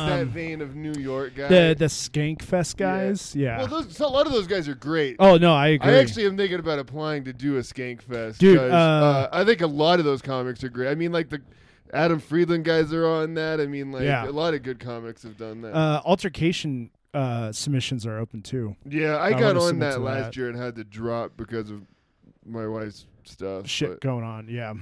kind of New York guy. Um, the the Skank Fest guys. Yeah. Well, those, so a lot of those guys are great. oh no, I agree. I actually am thinking about applying to do a Skank Fest. Dude, 'cause, uh, uh, I think a lot of those comics are great. I mean, like the Adam Friedland guys are on that. I mean, like Yeah. a lot of good comics have done that. uh, altercation uh, submissions are open too. yeah, I, I got wanna on submit that to last that. year and had to drop because of my wife's stuff. Shit but- going on. Yeah.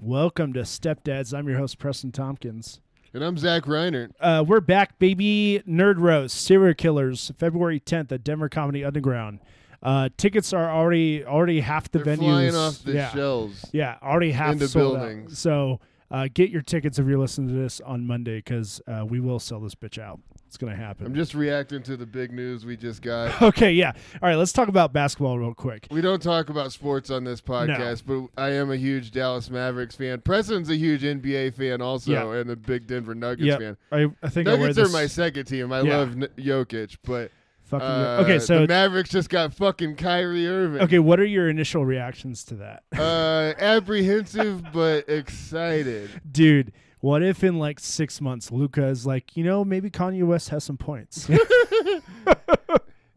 Welcome to Stepdads. I'm your host Preston Tompkins. and I'm Zach Reiner. Uh, we're back, baby. Nerd Roast, Serial Killers, February 10th at Denver Comedy Underground. Uh, tickets are already already half the They're venues. flying off the yeah. shelves. Yeah, already half Into sold out. buildings. So uh, get your tickets if you're listening to this on Monday because uh, we will sell this bitch out. It's gonna happen. I'm just reacting to the big news we just got. okay, yeah. All right, let's talk about basketball real quick. We don't talk about sports on this podcast, but I am a huge Dallas Mavericks fan. Preston's a huge NBA fan also, Yeah. and a big Denver Nuggets Yeah, fan. I, I think I wear Nuggets are this. my second team. I Yeah. love N- Jokic, but fucking uh, okay, so the Mavericks just got fucking Kyrie Irving. okay, what are your initial reactions to that, Uh, apprehensive but excited. dude? What if in like six months, Luca is like, you know, maybe Kanye West has some points.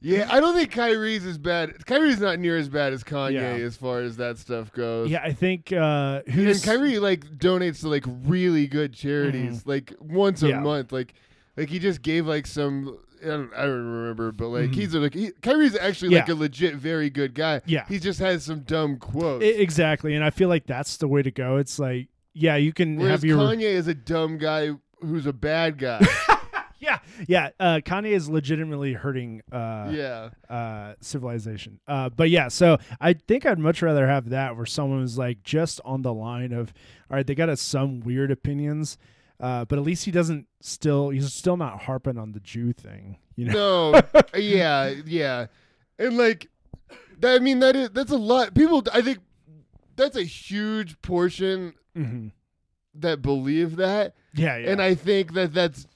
Yeah, I don't think Kyrie's as bad. Kyrie's not near as bad as Kanye Yeah. as far as that stuff goes. yeah, I think uh, And who's Kyrie like donates to like really good charities, like once a Mm-hmm. Yeah. month. Like, like he just gave like some. I don't, I don't remember, but like he's a, like he, Kyrie's actually like Mm-hmm. a Yeah. legit very good guy. Yeah. he just has some dumb quotes. I- E, exactly, and I feel like that's the way to go. It's like, yeah, you can Whereas have your Kanye is a dumb guy who's a bad guy. Yeah, yeah. Uh, Kanye is legitimately hurting uh, yeah, uh, civilization. Uh, but yeah, so I think I'd much rather have that where someone was like just on the line of, all right, they got us some weird opinions, uh, but at least he doesn't still, he's still not harping on the Jew thing, you know? no, yeah, yeah, and like, that, I mean that is that's a lot. People, I think that's a huge portion Mhm. that believe that. Yeah, yeah. And I think that that's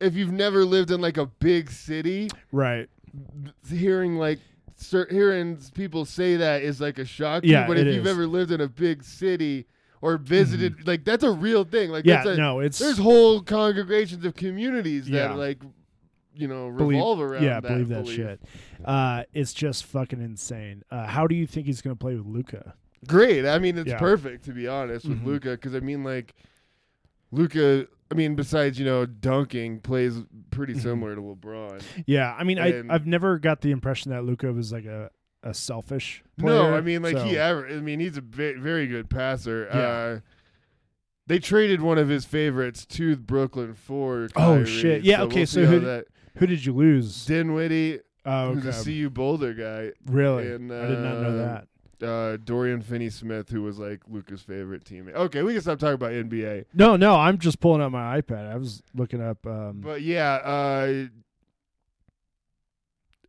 if you've never lived in like a big city, right. th- hearing like cer- hearing people say that is like a shock. to you. Yeah, but if it you've is. Mm-hmm. ever lived in a big city or visited, like that's a real thing. Like Yeah, that's a, no, it's. there's whole congregations of communities that Yeah. like you know believe- revolve around. yeah, that believe that belief. shit. Uh, it's just fucking insane. Uh, how do you think he's gonna play with Luca? Great. I mean, it's Yeah. perfect to be honest with Mhm. Luca because I mean like Luca. I mean, besides you know dunking, plays pretty Mm-hmm. similar to LeBron. Yeah, I mean, I And- I've never got the impression that Luca was like a, a selfish. No, player, I mean like so- he ever. I mean he's a ve- very good passer. Yeah. Uh, they traded one of his favorites to Brooklyn for. Oh, Kyrie, shit. Yeah, So okay, We'll so who see how did- that Who did you lose? Dinwiddie, Oh, who's a okay. CU Boulder guy, really? and, I did not uh, know that. uh, Dorian Finney-Smith, who was like Luca's favorite teammate. Okay, we can stop talking about NBA. No, no, I'm just pulling up my iPad. I was looking up. Um, But yeah, uh,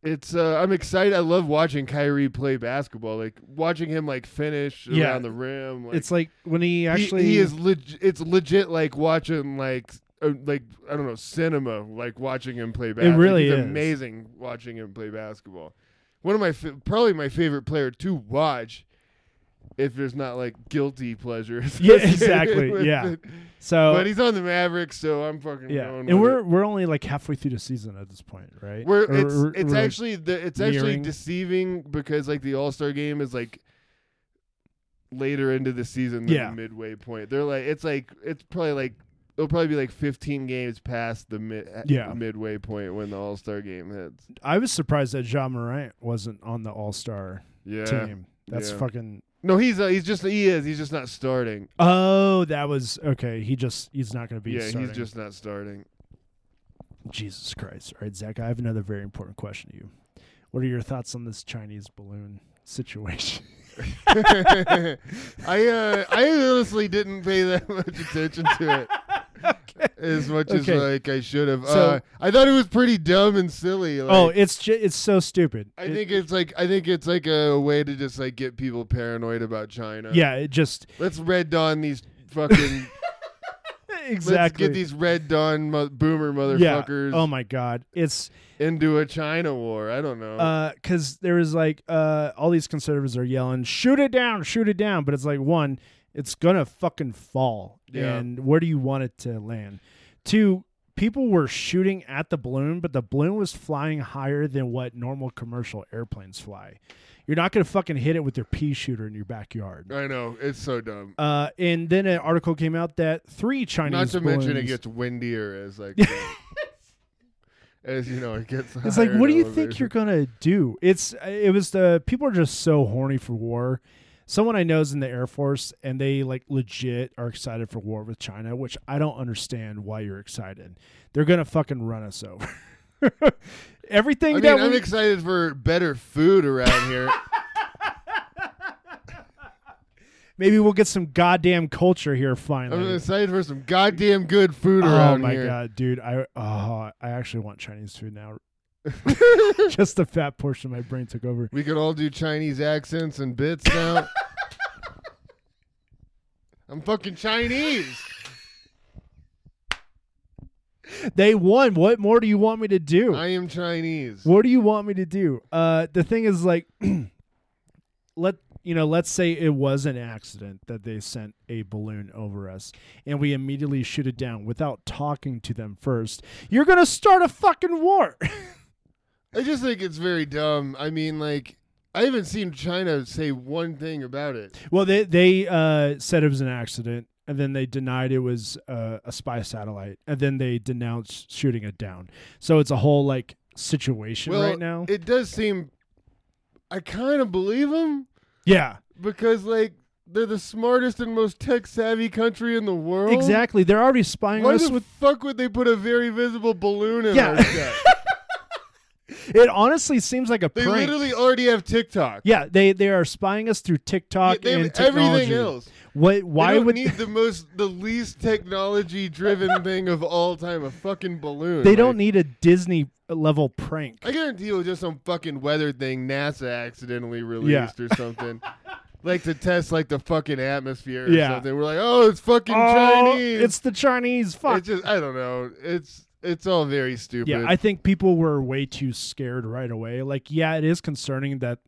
it's uh, I'm excited. I love watching Kyrie play basketball. Like watching him like finish Yeah. around the rim. Like, it's like when he He- actually he, is leg- it's legit like watching like uh, like I don't know cinema like watching him play basketball. really is. amazing watching him play basketball. One of my fa- probably my favorite player to watch if there's not like guilty pleasures. Yeah, associated exactly, with yeah. it. so But he's on the Mavericks, so I'm fucking yeah, going and with we're it. we're only like halfway through the season at this point, right? We're- Or- it's or- it's or, like- actually the it's actually nearing. deceiving because like the All Star game is like later into the season than Yeah. the midway point. They're like it's like it's probably like it'll probably be like 15 games past the mid Yeah. midway point when the All Star game hits. I was surprised that John Morant wasn't on the All Star Yeah. team. That's yeah. fucking. No, he's uh, he's just he is he's just not starting. Oh, that was okay. He just he's not going to be. yeah, starting. he's just not starting. Jesus Christ. All right, Zach, I have another very important question to you. What are your thoughts on this Chinese balloon situation? I uh, I honestly didn't pay that much attention to it. As much as Okay. like I should have. So- uh, I thought it was pretty dumb and silly. Like, oh, it's ju- it's so stupid. I It- think it's like I think it's like a way to just like get people paranoid about China. yeah, it just Let's red dawn these fucking. Let's exactly. get these red dawn mo- boomer yeah. motherfuckers Oh my god. It's into a China war. I don't know. uh cuz there was like uh all these conservatives are yelling, "Shoot it down, shoot it down," but it's like one, it's going to fucking fall. Yeah. And where do you want it to land? Two, people were shooting at the balloon, but the balloon was flying higher than what normal commercial airplanes fly. You're not going to fucking hit it with your pea shooter in your backyard. I know it's so dumb. Uh, and then an article came out that three Chinese Not to balloons, mention it gets windier as like the- as you know it gets. It's like, higher what do in you think you're elevation. gonna do? It's it was the people are just so horny for war. Someone I know is in the Air Force, and they like legit are excited for war with China, which I don't understand why you're excited. They're gonna fucking run us over. Everything I that mean, I'm we- excited for better food around here. maybe we'll get some goddamn culture here I'm finally. excited for some goddamn good food Oh around my here. god, dude! I oh, I actually want Chinese food now. Just the fat portion of my brain took over. We could all do Chinese accents and bits now. I'm fucking Chinese. They won. What more do you want me to do? I am Chinese. What do you want me to do? Uh, the thing is, like, let you know. Let's say it was an accident that they sent a balloon over us, and we immediately shoot it down without talking to them first. You're gonna start a fucking war. I just think it's very dumb. I mean, like, I haven't seen China say one thing about it. well, they they uh, said it was an accident, and then they denied it was uh, a spy satellite, and then they denounced shooting it down. So it's a whole like situation Well, right now. It does seem. I kind of believe them yeah. because, like, they're the smartest and most tech savvy country in the world. Exactly. They're already spying Why us the with fuck would they put a very visible balloon in Yeah. our sky? it honestly seems like a They prank. literally already have TikTok. Yeah, they they are spying us through TikTok they and have technology. everything else. What? They Why don't would need the most, the least technology-driven thing of all time—a fucking balloon. they Like, don't need a Disney level prank? I guarantee it was just some fucking weather thing NASA accidentally released or something. like to test like the fucking atmosphere or Yeah. something. We're like, oh, it's fucking Oh, Chinese. it's the Chinese. Fuck. It's just I don't know. It's it's all very stupid. yeah, I think people were way too scared right away. Like, yeah, it is concerning that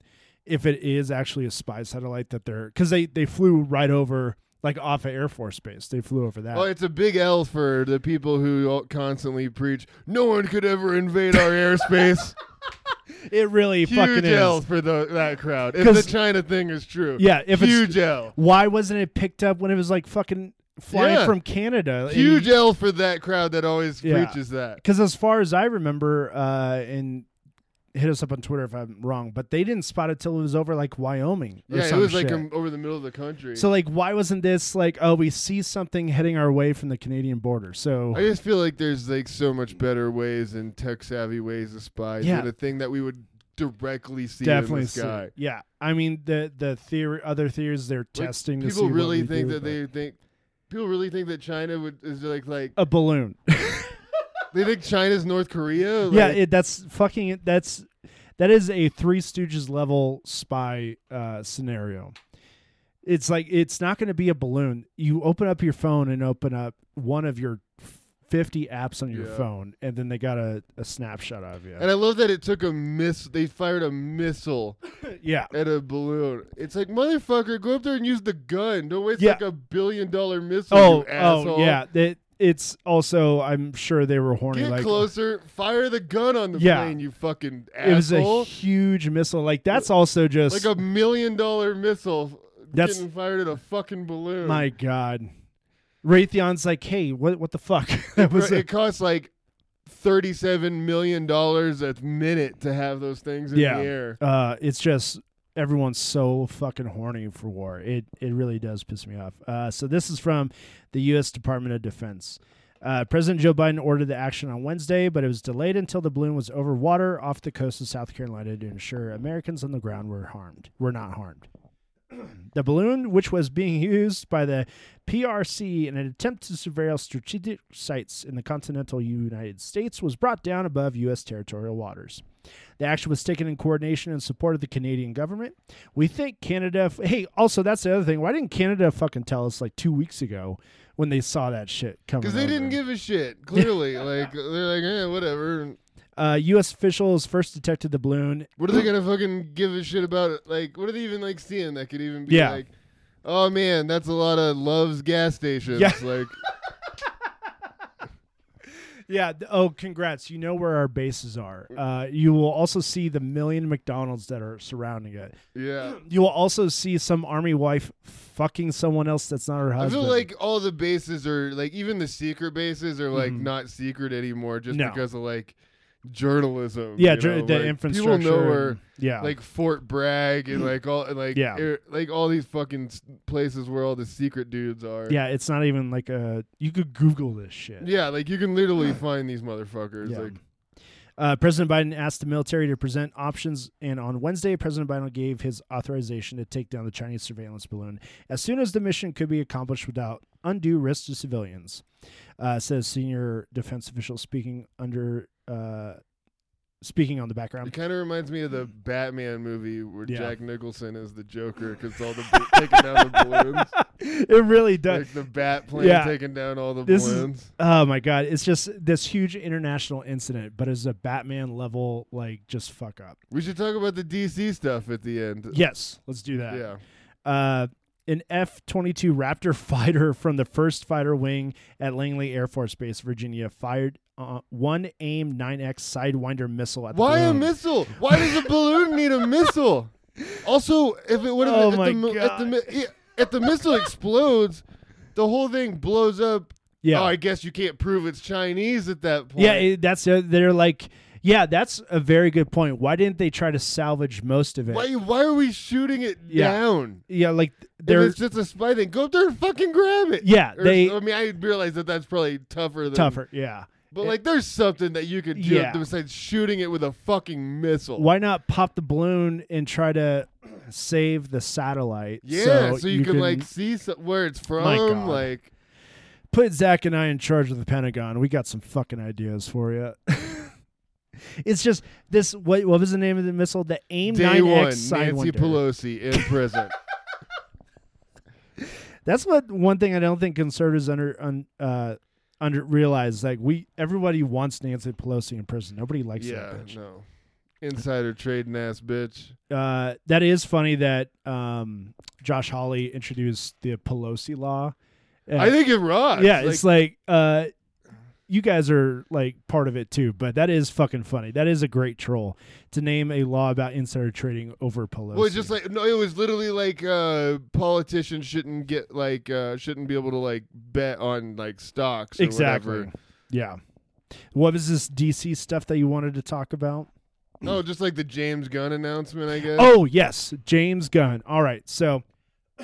if it is actually a spy satellite that they're because they they flew right over like off of Air Force Base. They flew over that. well, it's a big L for the people who all- constantly preach no one could ever invade our airspace. it really Huge fucking is. L for the, that crowd. If 'Cause- the China thing is true, Yeah, if it's- huge L, Why wasn't it picked up when it was like fucking flying Yeah. from Canada? And- huge L for that crowd that always Yeah. preaches that. because as far as I remember, uh, and hit us up on Twitter if I'm wrong, but they didn't spot it till it was over like Wyoming. Or Yeah, it some was like shit. um, over the middle of the country. so like, why wasn't this like, oh, we see something heading our way from the Canadian border? So I just feel like there's like so much better ways and tech savvy ways to spy Yeah. than a thing that we would directly see definitely, in the see- sky. yeah. I mean, the the theory, other theories they're Like, testing. to see people what really we think do, that but- they think people really think that China would is like like a balloon. they think China's North Korea. Like, yeah, it, that's fucking. That's that is a Three Stooges level spy uh, scenario. It's like it's not going to be a balloon. You open up your phone and open up one of your fifty apps on your Yeah. phone, and then they got a, a snapshot of you. and I love that it took a miss. They fired a missile yeah, at a balloon. It's like motherfucker, go up there and use the gun. Don't waste Yeah. like a billion dollar missile. Oh, you asshole. oh, yeah. It, it's also. I'm sure they were horny. Get like closer. Fire the gun on the Yeah. plane. You fucking it was asshole. a huge missile. Like that's also just like a million dollar missile That's- getting fired at a fucking balloon. my god. Raytheon's like, hey, what what the fuck? that Bro, was a- it costs like thirty-seven million dollars a minute to have those things in Yeah. the air. uh, it's just everyone's so fucking horny for war. It it really does piss me off. Uh, so this is from the U.S. Department of Defense. Uh, President Joe Biden ordered the action on Wednesday, but it was delayed until the balloon was over water off the coast of South Carolina to ensure Americans on the ground were harmed. Were not harmed. The balloon, which was being used by the PRC in an attempt to surveil strategic sites in the continental United States, was brought down above U.S. territorial waters. The action was taken in coordination and support of the Canadian government. We think Canada. F- hey, also that's the other thing. Why didn't Canada fucking tell us like two weeks ago when they saw that shit coming? Because they didn't over? give a shit. Clearly, like they're like, eh, whatever. Uh, U.S. officials first detected the balloon. What are they gonna fucking give a shit about? Like, what are they even like seeing that could even be Yeah. like? Oh man, that's a lot of Love's gas stations. Yeah. Like, Yeah. th- Oh, congrats. You know where our bases are. Mm. Uh, you will also see the million McDonald's that are surrounding it. Yeah. You will also see some army wife fucking someone else that's not her I husband. feel like all the bases are like even the secret bases are like Mhm. not secret anymore just No. because of like journalism. yeah, you dr- know, the like, infrastructure. People know where and- yeah. like Fort Bragg and like all and like Mm. Yeah. er- like all these fucking s- places where all the secret dudes are. yeah, it's not even like a. You could Google this shit. Yeah, like you can literally find these motherfuckers. Yeah. Like Uh, President Biden asked the military to present options, and on Wednesday, President Biden gave his authorization to take down the Chinese surveillance balloon as soon as the mission could be accomplished without undue risk to civilians, uh, says senior defense official speaking under uh, speaking on the it background. kind of reminds me of the Batman movie where Yeah. Jack Nicholson is the Joker because all the b- taking down the balloons, it really does. like the bat plane Yeah. taking down all the This is- balloons. Oh my god! It's just this huge international incident, but it's a Batman level like just fuck up. we should talk about the DC stuff at the end. Yes, let's do that. Yeah. uh, an F 22 Raptor fighter from the 1st Fighter Wing at Langley Air Force Base, Virginia, fired uh, one AIM 9X Sidewinder missile at Why the a balloon. missile? Why does a balloon need a missile? Also, if it would have Oh at, my the, mi- at the God. mi- yeah, if the missile explodes, the whole thing blows up. Yeah. Oh, I guess you can't prove it's Chinese at that point. yeah, it, that's uh, they're like, yeah, that's a very good point. Why didn't they try to salvage most of it? why why are we shooting it Yeah. down? Yeah, like If they're it's just a spy thing, go up there and fucking grab it. Yeah, Or- they- I mean, I realize that that's probably tougher than tougher. Yeah. But like, there's something that you could do Yeah. besides shooting it with a fucking missile. Why not pop the balloon and try to save the satellite? Yeah, so, you, can, like see so- where it's My from. God. Like, put Zach and I in charge of the Pentagon. We got some fucking ideas for you. it's just this. What, what was the name of the missile? The AIM Day one, 9X Nancy Sidewinder. Pelosi in prison. That's what one thing I don't think conservatives under un, uh, under realize. Like we, everybody wants Nancy Pelosi in prison. Nobody likes yeah, that bitch. no. Insider trading ass bitch. Uh, that is funny that um, Josh Hawley introduced the Pelosi law. Uh, I think it rocks. yeah, it's like uh you guys are like part of it too, but that is fucking funny. That is a great troll to name a law about insider trading over Pelosi. well, it's just like no, it was literally like uh, politicians shouldn't get like uh, shouldn't be able to like bet on like stocks or exactly. whatever. Yeah. What was this DC stuff that you wanted to talk about? No, just like the James Gunn announcement, I guess. Oh yes, James Gunn. All right, so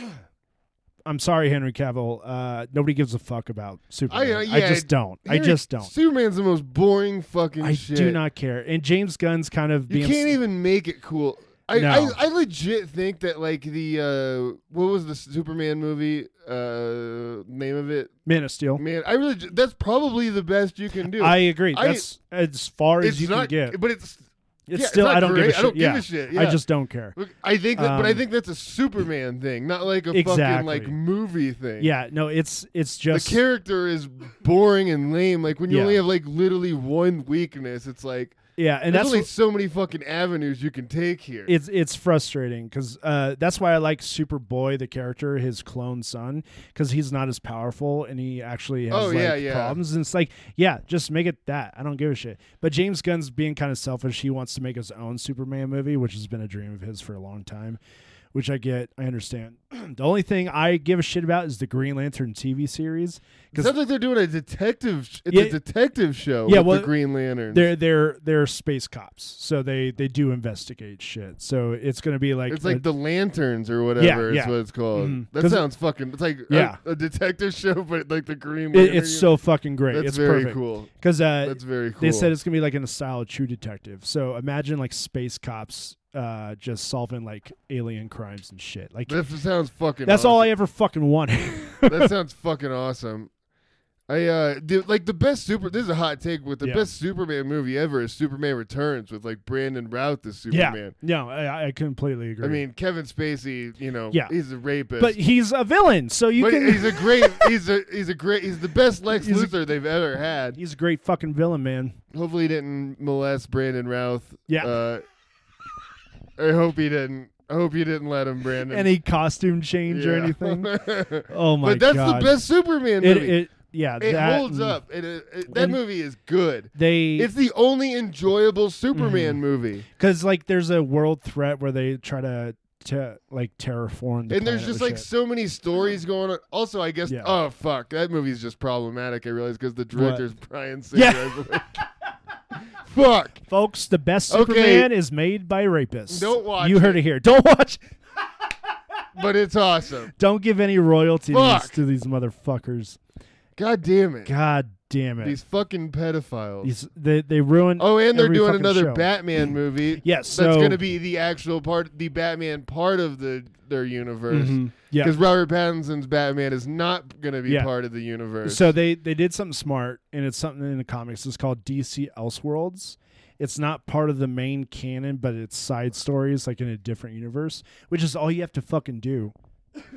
I'm sorry, Henry Cavill. Uh, nobody gives a fuck about Superman. uh, yeah, just don't. I Henry- just don't. Superman's the most boring fucking I shit. do not care. And James Gunn's kind of You being can't even make it cool. I, No. I, I legit think that like the uh, what was the Superman movie uh, name of it Man of Steel. Man, I really ju- that's probably the best you can do. I agree. I- That's as far as it's you not, can get. but it's It's yeah, still it's not I don't great. give a shit. I don't yeah. give a shit. I yeah. just don't care. Look, I think that, but I Um, think that's a Superman thing, not like a fucking Exactly. like movie thing. Yeah, no, it's it's the just character is boring and lame. Like when you Yeah. only have like literally one weakness, it's like yeah, and there's that's only what- so many fucking avenues you can take here. it's it's frustrating because uh, that's why I like Superboy the character, his clone son, because he's not as powerful and he actually has Oh, like, yeah, yeah. problems. And it's like, yeah, just make it that. I don't give a shit. But James Gunn's being kind of selfish. He wants to make his own Superman movie, which has been a dream of his for a long time. Which I get, I understand. the only thing I give a shit about is the Green Lantern TV series It because sounds like they're doing a detective. Sh- it's a Yeah. detective show. Yeah, with well, the Green Lantern. They're they're they're space cops, so they they do investigate shit. So it's gonna be like It's like a- the lanterns or whatever is yeah. what it's called. Mhm. That 'Cause- sounds fucking. It's like a- Yeah. a, detective show, but like the Green. it- Lantern. it's so fucking great. That's it's very perfect. cool. Because uh, That's very cool. they said it's gonna be like in the style of True Detective. So imagine like space cops uh, just solving like alien crimes and shit. Like that f- sounds fucking. that's all I awesome. ever fucking wanted. that sounds fucking awesome. I uh, dude, like the best super. This is a hot take, but the Yeah. best Superman movie ever is Superman Returns with like Brandon Routh as yeah, Superman. no, I, I completely agree. I mean Kevin Spacey, you know, Yeah. he's a rapist, but he's a villain, so you But can. he's a great, he's a he's a great, he's the best Lex He's a- Luthor they've ever had. He's a great fucking villain, man. Hopefully, he didn't molest Brandon Routh. Yeah. Uh, I hope he didn't. I hope you didn't let him, Brandon. Any costume change or Yeah. anything? Oh my but that's god! the best It, Superman movie. it, yeah, It that holds and up. It, it, it- that and- movie is good. They It's the only enjoyable Superman Mm-hmm. movie. because like there's a world threat where they try to to like terraform. The and planet there's just with like shit. so many stories going on. Also, I guess Yeah. oh fuck, that movie's just problematic. I realize because the director's Brian Singer. Yeah. I believe. fuck. folks, the best Okay. Superman is made by rapists. Don't watch You heard it here. Don't watch. But it's awesome. Don't give any royalties Fuck. to these motherfuckers. God damn it. God damn it. These fucking pedophiles. These- they they ruined. oh, and they're every doing fucking another show. Mm. Batman movie. Yeah, that's so- going to be the actual part, the Batman part of the their universe. Mhm. Yeah. Because Robert Pattinson's Batman is not going to be Yeah. part of the universe. So they they did something smart, and it's something in the comics. It's called DC Elseworlds. It's not part of the main canon, but it's side stories like in a different universe, which is all you have to fucking do.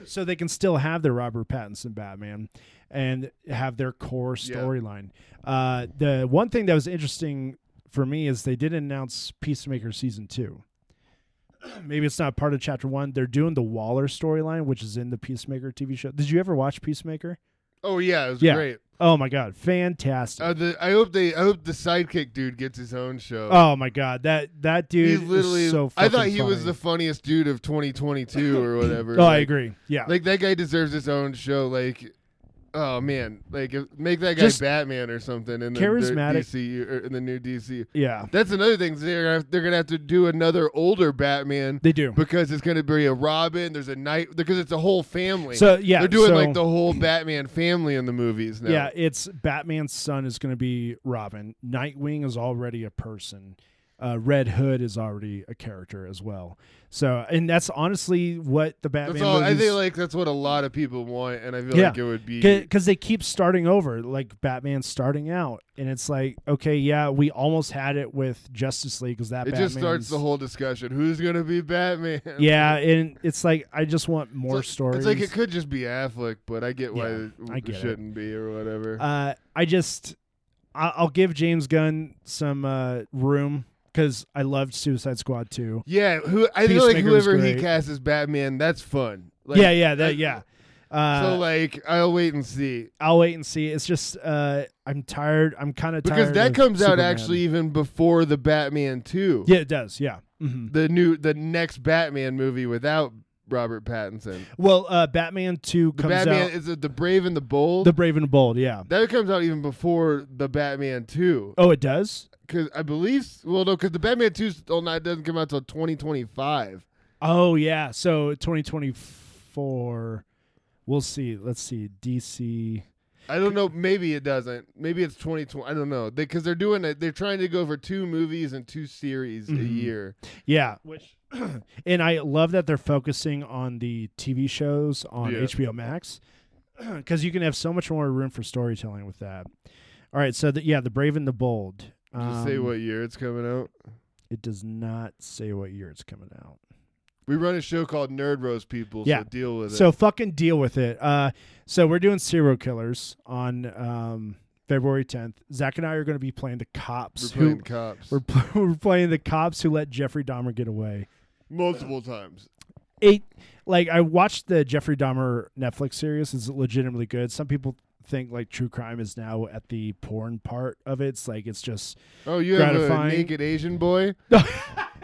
So they can still have their Robert Pattinson Batman and have their core Yeah. storyline. Uh, the one thing that was interesting for me is they did announce Peacemaker season two. Maybe it's not part of chapter one. They're doing the Waller storyline, which is in the Peacemaker TV show. Did you ever watch Peacemaker? oh yeah, it was Yeah. great. Oh my god, fantastic! Uh, the, I hope they. I hope the sidekick dude gets his own show. oh my god, that that He's dude literally. is so. I fucking thought he was the funny. funniest dude of 2022 or whatever. oh, I Like- agree. Yeah, Like that guy deserves his own show. Like, oh man, like if- make that guy Just Batman or something in the charismatic- DCU or in the new DC. yeah, That's another thing. is They're gonna have, they're gonna have to do another older Batman they do. because it's gonna be a Robin. There's a night because it's a whole family. So yeah, they're doing so- like the whole Batman family in the movies now. Yeah, it's Batman's son is going to be Robin. Nightwing is already a person. Uh, Red Hood is already a character as well. So, and that's honestly what the Batman. that's all. I movies- think like that's what a lot of people want, and I feel Yeah. like it would be. because they keep starting over like batman starting out and it's like okay yeah we almost had it with justice league because that it just starts Batman's- the whole discussion. Who's gonna be Batman? yeah and it's like i just want more it's like, stories It's like it could just be Affleck, but I get why Yeah, it I get it. shouldn't be or whatever. uh, i just I- i'll give james gunn some uh, room because i loved suicide squad too yeah, who I feel like Peacemaker was whoever he great. casts as Batman, that's fun. Like, yeah yeah that I- yeah uh, so like, I'll wait and see I'll wait and see. It's just uh, I'm tired. I'm kind of because tired that of comes out Superman. actually even before the Batman Two. Yeah, it does. Yeah. hmm the new the next Batman movie without Robert Pattinson. Well, uh, Batman Two The comes Batman out. is it the Brave and the Bold. The Brave and the Bold. Yeah. that comes out even before the Batman Two, Oh, it does. because I believe. Well, no, because the Batman Two still not doesn't come out till twenty twenty five. Oh yeah. So 2024. We'll see. Let's see. DC. I don't know. Maybe it doesn't. Maybe it's 2020. I don't know. Because they, are doing it. They're trying to go for two movies and two series a Mhm. year. Yeah. Which. and I love that they're focusing on the TV shows on Yeah. HBO Max because you can have so much more room for storytelling with that. All right. So the, yeah, the Brave and the Bold. Does it say Um, what year it's coming out? It does not say what year it's coming out. We run a show called Nerd Rose People. Yeah. So deal with it. So fucking deal with it. Uh, so we're doing serial killers on um, February 10th. Zach and I are going to be playing the we're cops playing who cops we're, pl- we're playing the cops who let Jeffrey Dahmer get away. multiple times. Eight. Like I watched the Jeffrey Dahmer Netflix series. It's legitimately good. Some people think like true crime is now at the porn part of it. It's like it's just Oh, you have a Gratifying. naked Asian boy. no,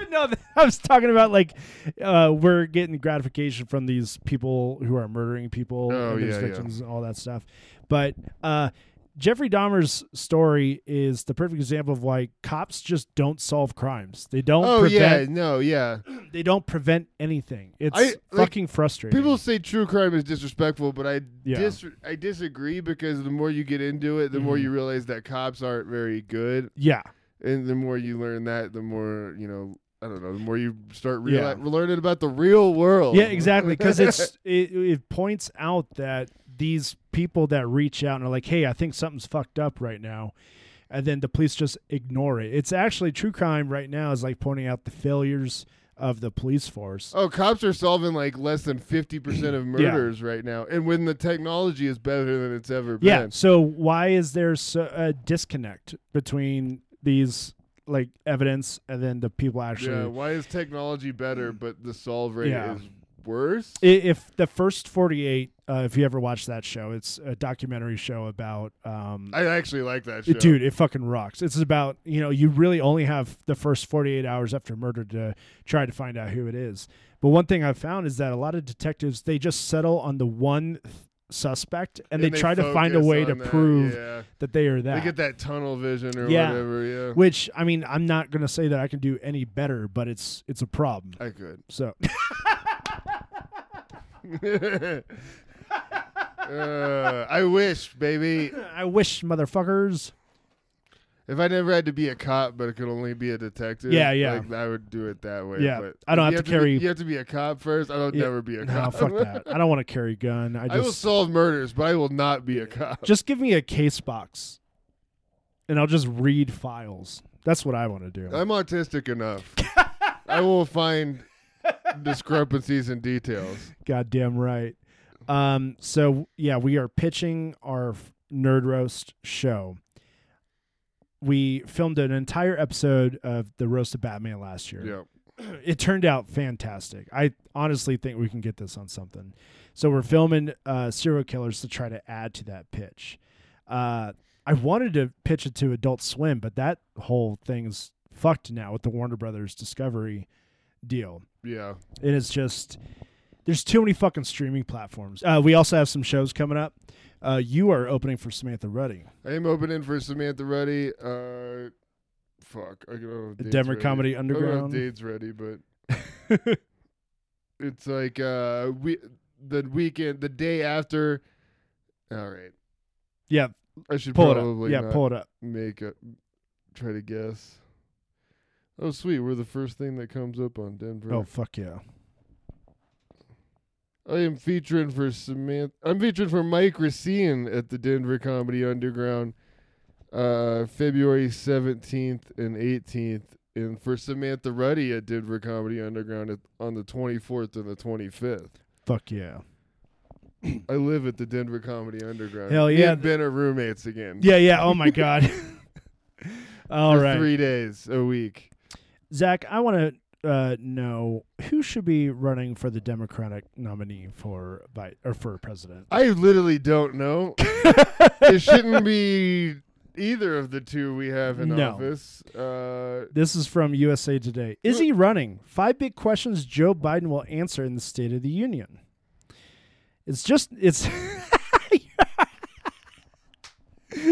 no, I was talking about like uh, we're getting gratification from these people who are murdering people Oh, and there's yeah, yeah. victims and all that stuff. But uh, Jeffrey Dahmer's story is the perfect example of why cops just don't solve crimes. They don't Oh yeah, prevent. no, yeah. They don't prevent anything. It's I- like, fucking frustrating. People say true crime is disrespectful, but I Yeah. dis- I disagree because the more you get into it, the more Mhm. you realize that cops aren't very good. yeah, and the more you learn that, the more you know. I don't know. The more you start Yeah. reali- learning about the real world. yeah, exactly. Because it's it, it points out that these people that reach out and are like, "Hey, I think something's fucked up right now," and then the police just ignore it. It's actually true crime right now is like pointing out the failures of the police force. oh, cops are solving like less than fifty percent of murders right now, and when the technology is better than it's ever yeah. been. So why is there so, a disconnect between these like evidence and then the people actually? Mm. Yeah. Why is technology better, but the solve rate Yeah. is worse? I- if the first 48 uh, if you ever watch that show. It's a documentary show about um, I actually like that show. it- Dude, it fucking rocks. It's about, you know, you really only have the first 48 hours after murder to try to find out who it is. But one thing I've found is that a lot of detectives, they just settle on the one th- suspect and, they, try to find a focus way to on that, prove yeah. that they are that. They get that tunnel vision or Yeah. whatever. Yeah, Which, I mean, I'm not going to say that I can do any better, but it's it's a problem. I could. So, Uh, I wish, baby, I wish motherfuckers. if I never had to be a cop, but it could only be a detective. Yeah, yeah. Like, I would do it that way. Yeah, but I don't have you to carry- Be, you have to be a cop first. I don't Yeah, never be a No, cop. fuck that. I don't want to carry a gun. I I will just solve murders, but I will not be a cop. just give me a case box and I'll just read files. That's what I want to do. I'm autistic enough. I will find discrepancies in details. Goddamn right. Um, so yeah, we are pitching our f- nerd roast show. We filmed an entire episode of the roast of Batman last year. Yeah. It turned out fantastic. I honestly think we can get this on something. So we're filming uh, serial killers to try to add to that pitch. Uh, I wanted to pitch it to Adult Swim, but that whole thing's fucked now with the Warner Brothers Discovery deal. Yeah. It is just there's too many fucking streaming platforms. Uh, we also have some shows coming up. Uh, you are opening for Samantha Ruddy, I am opening for Samantha Ruddy. Uh, fuck. I don't know. if the dates Denver ready. Comedy I don't know if Underground. dates ready, but it's like uh we the weekend the day after. All right. Yeah, I should pull it up. probably Yeah, not pull it up. Oh, make a try to guess. Oh sweet, we're the first thing that comes up on Denver. Oh fuck yeah! I am featuring for Samantha. I'm featuring for Mike Racine at the Denver Comedy Underground, uh, February 17th and 18th, and for Samantha Ruddy at Denver Comedy Underground at, on the 24th and the 25th. Fuck yeah! I live at the Denver Comedy Underground. Hell Me yeah. and Ben are roommates again. Yeah yeah. Oh my god. All for right, three days a week. Zach. I want to uh, know who should be running for the Democratic nominee for by or for president. I literally don't know. it shouldn't be either of the two we have in No. office. Uh, This is from USA Today. Is he running? Five big questions Joe Biden will answer in the State of the Union. It's just it's.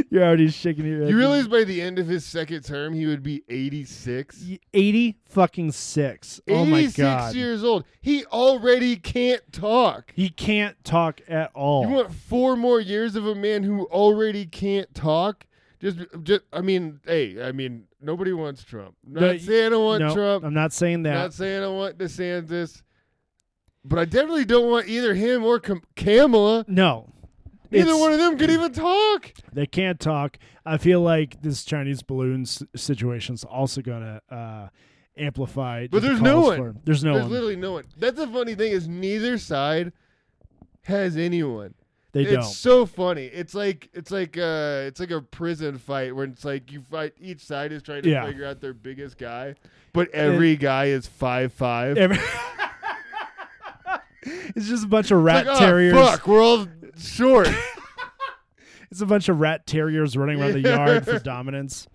You're already shaking your head. You realize by the end of his second term, he would be 86? Y- eighty fucking six. Oh my 86 god, years old. He already can't talk. he can't talk at all. You want four more years of a man who already can't talk? Just, just I mean, hey, I mean, nobody wants Trump. Not No, saying I want no, Trump. I'm not saying that. Not saying I want DeSantis. But I definitely don't want either him or Cam- Kamala. no, Neither It's- one of them could even talk. They can't talk. I feel like this Chinese balloon s- situation's also gonna uh, amplify. But the there's no calls one. for- there's no There's one. literally no one. That's the funny thing is neither side has anyone. they it's don't. so funny. It's like it's like uh it's like a prison fight where it's like you fight each side is trying to Yeah. figure out their biggest guy, but every guy is five five. Every- it's just a bunch of rat terriers. oh, fuck, we're all short. It's a bunch of rat terriers running around the yard for dominance.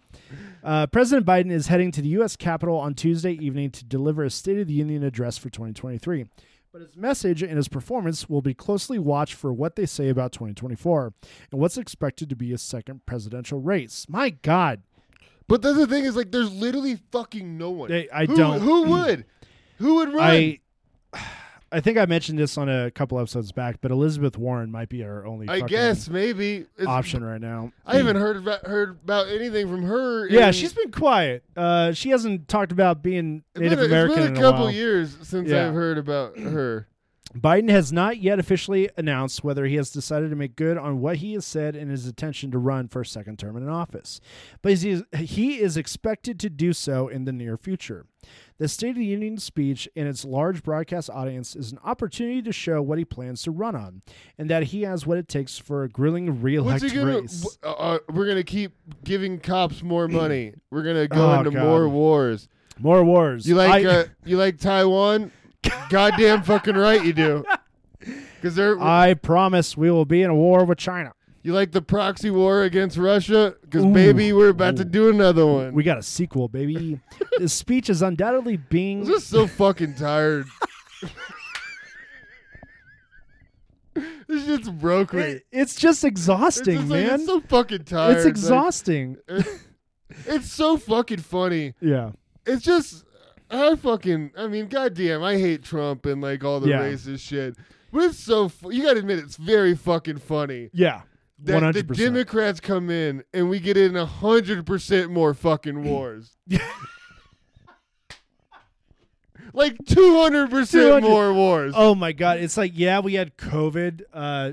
Uh, President Biden is heading to the U.S. Capitol on Tuesday evening to deliver a State of the Union address for 2023. But his message and his performance will be closely watched for what they say about 2024 and what's expected to be a second presidential race. My God. but that's the thing is like there's literally fucking no one. They- I who, don't- Who would? Who would run? I. I think I mentioned this on a couple episodes back, but Elizabeth Warren might be our only I fucking guess maybe. It's- option right now. I haven't heard about, heard about anything from her. Yeah, in- she's been quiet. Uh, she hasn't talked about being it's Native been, a- American It's been in a a couple while. years since Yeah. I've heard about her. Biden has not yet officially announced whether he has decided to make good on what he has said in his intention to run for a second term in office, but he is, he is expected to do so in the near future. The State of the Union speech and its large broadcast audience is an opportunity to show what he plans to run on, and that he has what it takes for a grueling What's reelect he gonna? race. w- Uh, uh, we're gonna keep giving cops more money. We're gonna go Oh, into God. more wars. More wars. You like? I- uh, you like Taiwan? Goddamn fucking right, you do. Because they're I promise we will be in a war with China. you like the proxy war against Russia? Because Ooh. baby, we're about to Ooh. do another one. We got a sequel, baby. this speech is undoubtedly I'm being just so fucking tired. this shit's broke me. It- it's just It's exhausting, just like, man. it's so fucking tired. it's like, exhausting. it's so fucking funny. yeah. It's just I fucking I mean, goddamn, I hate Trump and like all the Yeah. racist shit. But it's so fu- you gotta admit it's very fucking funny Yeah. One that the hundred percent. Democrats come in and we get in a hundred percent more fucking wars. like two hundred percent 200 more wars. Oh my god. It's like, yeah, we had COVID. Uh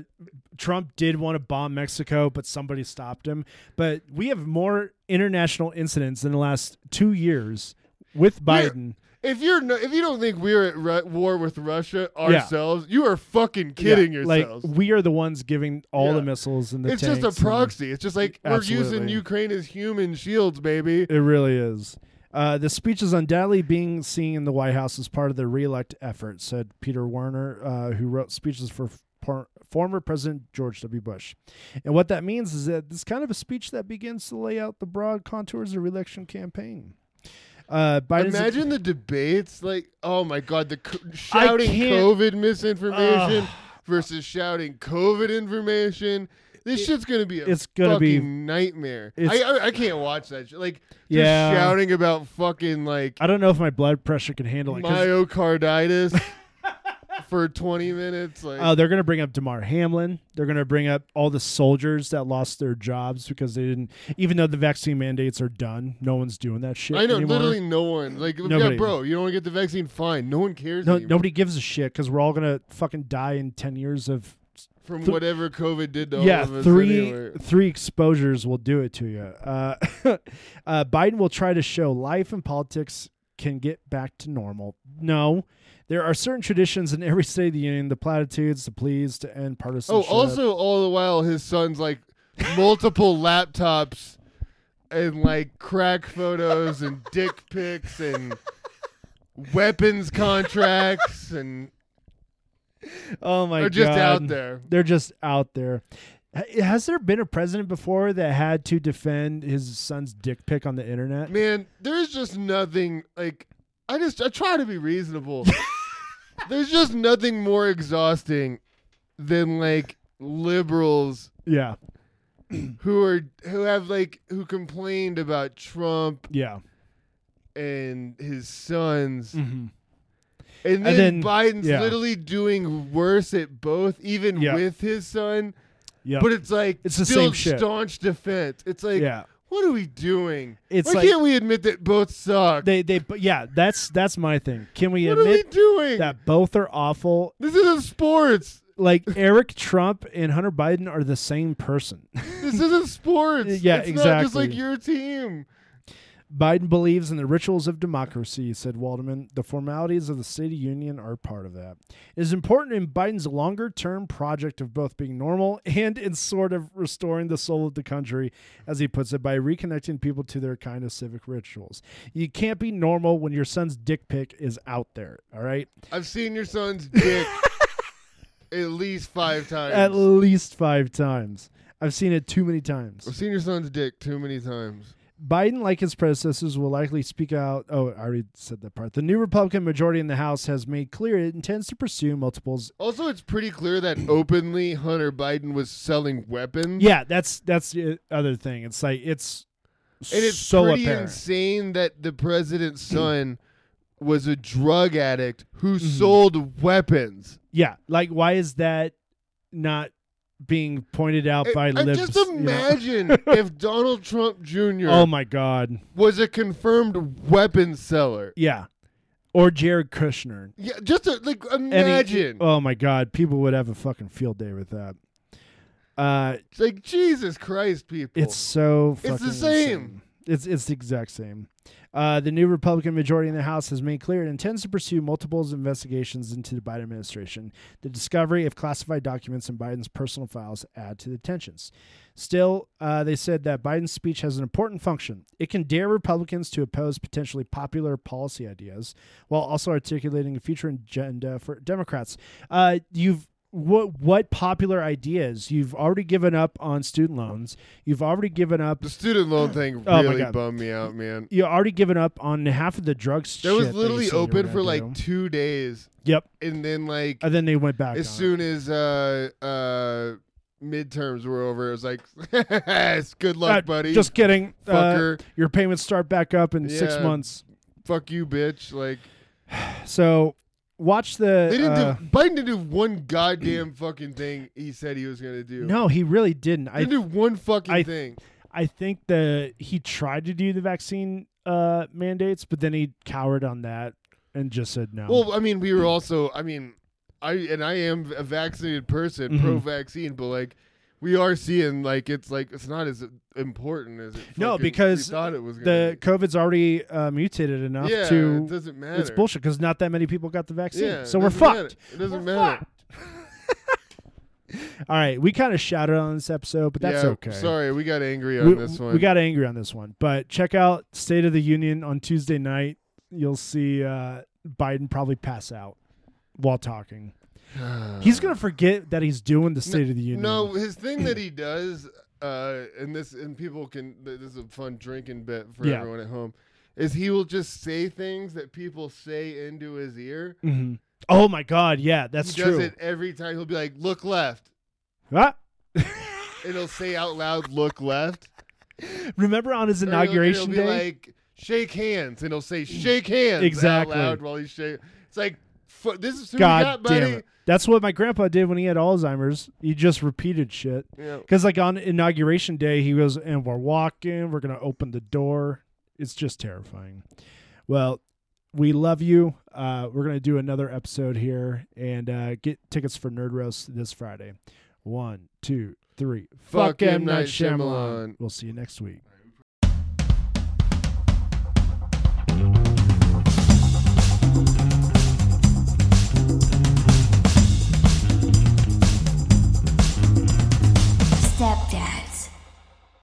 Trump did want to bomb Mexico, but somebody stopped him. But we have more international incidents in the last two years with We're- Biden. If you're no, if you don't think we're at ru- war with Russia Yeah. ourselves, you are fucking kidding Yeah, yourselves. Like we are the ones giving all the Yeah. missiles and the it's just a tanks and- proxy. It's just like we're using Absolutely. Ukraine as human shields, baby. It really is. Uh, the speech is undoubtedly being seen in the White House as part of the reelect effort, said Peter Werner, uh, who wrote speeches for par- former President George W. Bush. And what that means is that this kind of a speech that begins to lay out the broad contours of reelection campaign. Uh, Biden's Imagine the debates. Like, oh my God, the co- shouting can't- COVID misinformation versus shouting COVID information. This shit's gonna be a it's gonna be- fucking nightmare. I, it's- I I can't watch that. Shit. Like, just Yeah. shouting about fucking like I don't know if my blood pressure can handle it. 'cause, myocarditis for twenty minutes. Like, uh, they're going to bring up Damar Hamlin. They're going to bring up all the soldiers that lost their jobs because they didn't, even though the vaccine mandates are done, no one's doing that shit I know anymore. literally no one. Like, yeah, Nobody. bro, you don't want to get the vaccine? Fine, no one cares No, anymore nobody gives a shit because we're all gonna fucking die in ten years of from th- whatever COVID did to all yeah of us. three anyway. three exposures will do it to you. Uh, uh, Biden will try to show life and politics can get back to normal. No, there are certain traditions in every state of the union: the platitudes, the pleas to end Oh, partisanship. also, all the while, his son's like multiple laptops and like crack photos and dick pics and weapons contracts and oh my are just god, out there. They're just out there. Ha- Has there been a president before that had to defend his son's dick pic on the internet? Man, there's just nothing like I just I try to be reasonable. there's just nothing more exhausting than like liberals Yeah, who are who have like who complained about Trump yeah. and his sons Mm-hmm. And then, And then- Biden's yeah. literally doing worse at both, even Yeah. with his son. Yeah, But it's like It's the still same shit. staunch defense. It's like, yeah. what are we doing? It's Why like- can't we admit that both suck? They they but yeah, that's that's my thing. Can we what are we admit doing? that both are awful? this isn't sports. Like Eric Trump and Hunter Biden are the same person. This isn't sports. Yeah, it's Not just like exactly. your team. Biden believes in the rituals of democracy, said Waldman. The formalities of the State of Union are part of that. It is important in Biden's longer term project of both being normal and in sort of restoring the soul of the country, as he puts it, by reconnecting people to their kind of civic rituals. You can't be normal when your son's dick pic is out there, all right? I've seen your son's dick at least five times. At least five times. I've seen it too many times. I've seen your son's dick too many times. Biden, like his predecessors, will likely speak out. Oh, I already said that part. The new Republican majority in the House has made clear it intends to pursue multiples. Also, it's pretty clear that openly Hunter Biden was selling weapons. Yeah, that's that's the other thing. It's like it's And it's so pretty apparent. insane that the president's son was a drug addict who Mhm. sold weapons. yeah, like why is that not being pointed out I- by I, libs? just you know? imagine if Donald Trump Jr. Oh my god. was a confirmed weapon seller. Yeah, or Jared Kushner. Yeah, just a, like Any- imagine, oh my god, people would have a fucking field day with that. Uh, It's like Jesus Christ, people. It's so the fucking same. insane. It's it's the exact same. Uh, the new Republican majority in the House has made clear it intends to pursue multiples investigations into the Biden administration. The discovery of classified documents in Biden's personal files add to the tensions. Still, uh, they said that Biden's speech has an important function. It can dare Republicans to oppose potentially popular policy ideas while also articulating a future agenda for Democrats. Uh, you've what what popular ideas you've already given up on student loans you've already given up The student loan thing Oh my really God. bummed me out, man. you already given up on half of the drugs That was literally open for like two days, yep and then like and then they went back as on it. soon as uh uh midterms were over, it was like, it's good luck, Uh, buddy. just kidding Uh, fucker, your payments start back up in six Yeah. months fuck you, bitch. Like so watch the they didn't. uh, do, Biden didn't do one goddamn fucking thing he said he was gonna do. no he really didn't He i didn't do one fucking I- thing. I think the he tried to do the vaccine uh, mandates, but then he cowered on that and just said no. Well, I mean, we were also. I mean, I and I am a vaccinated person, Mhm. pro-vaccine, but like. We are seeing like it's like it's not as important as it No, fucking- because we thought it was gonna the be. COVID's already uh, mutated enough yeah it to doesn't matter it's bullshit because not that many people got the vaccine, yeah, so it we're doesn't matter. fucked. it doesn't We're matter All right, we kind of shouted on this episode, but that's yeah, okay. sorry we got angry on we, this we one got angry on this one, but check out State of the Union on Tuesday night. You'll see uh, Biden probably pass out while talking. He's gonna forget that he's doing the State of the Union. No, his thing that he does, uh, and this and people can th- this is a fun drinking bit for Yeah. everyone at home, is he will just say things that people say into his ear. hmm Oh my God! Yeah, that's he true. does it every time. He'll be like, "Look left," Ah. and he'll say out loud, "Look left." Remember on his Or he'll- inauguration he'll, be day? like, "Shake hands," and he'll say, "Shake hands" Exactly. out loud while he's shaking. It's like, fu- "This is who God you got, buddy." damn it. That's what my grandpa did when he had Alzheimer's. He just repeated shit. Yeah. Because, like, on inauguration day, he goes, and we're walking, we're going to open the door. It's just terrifying. Well, we love you. Uh, we're going to do another episode here and uh, get tickets for Nerd Roast this Friday. One, two, three. Fuck M. M. Night Shyamalan. We'll see you next week. All right.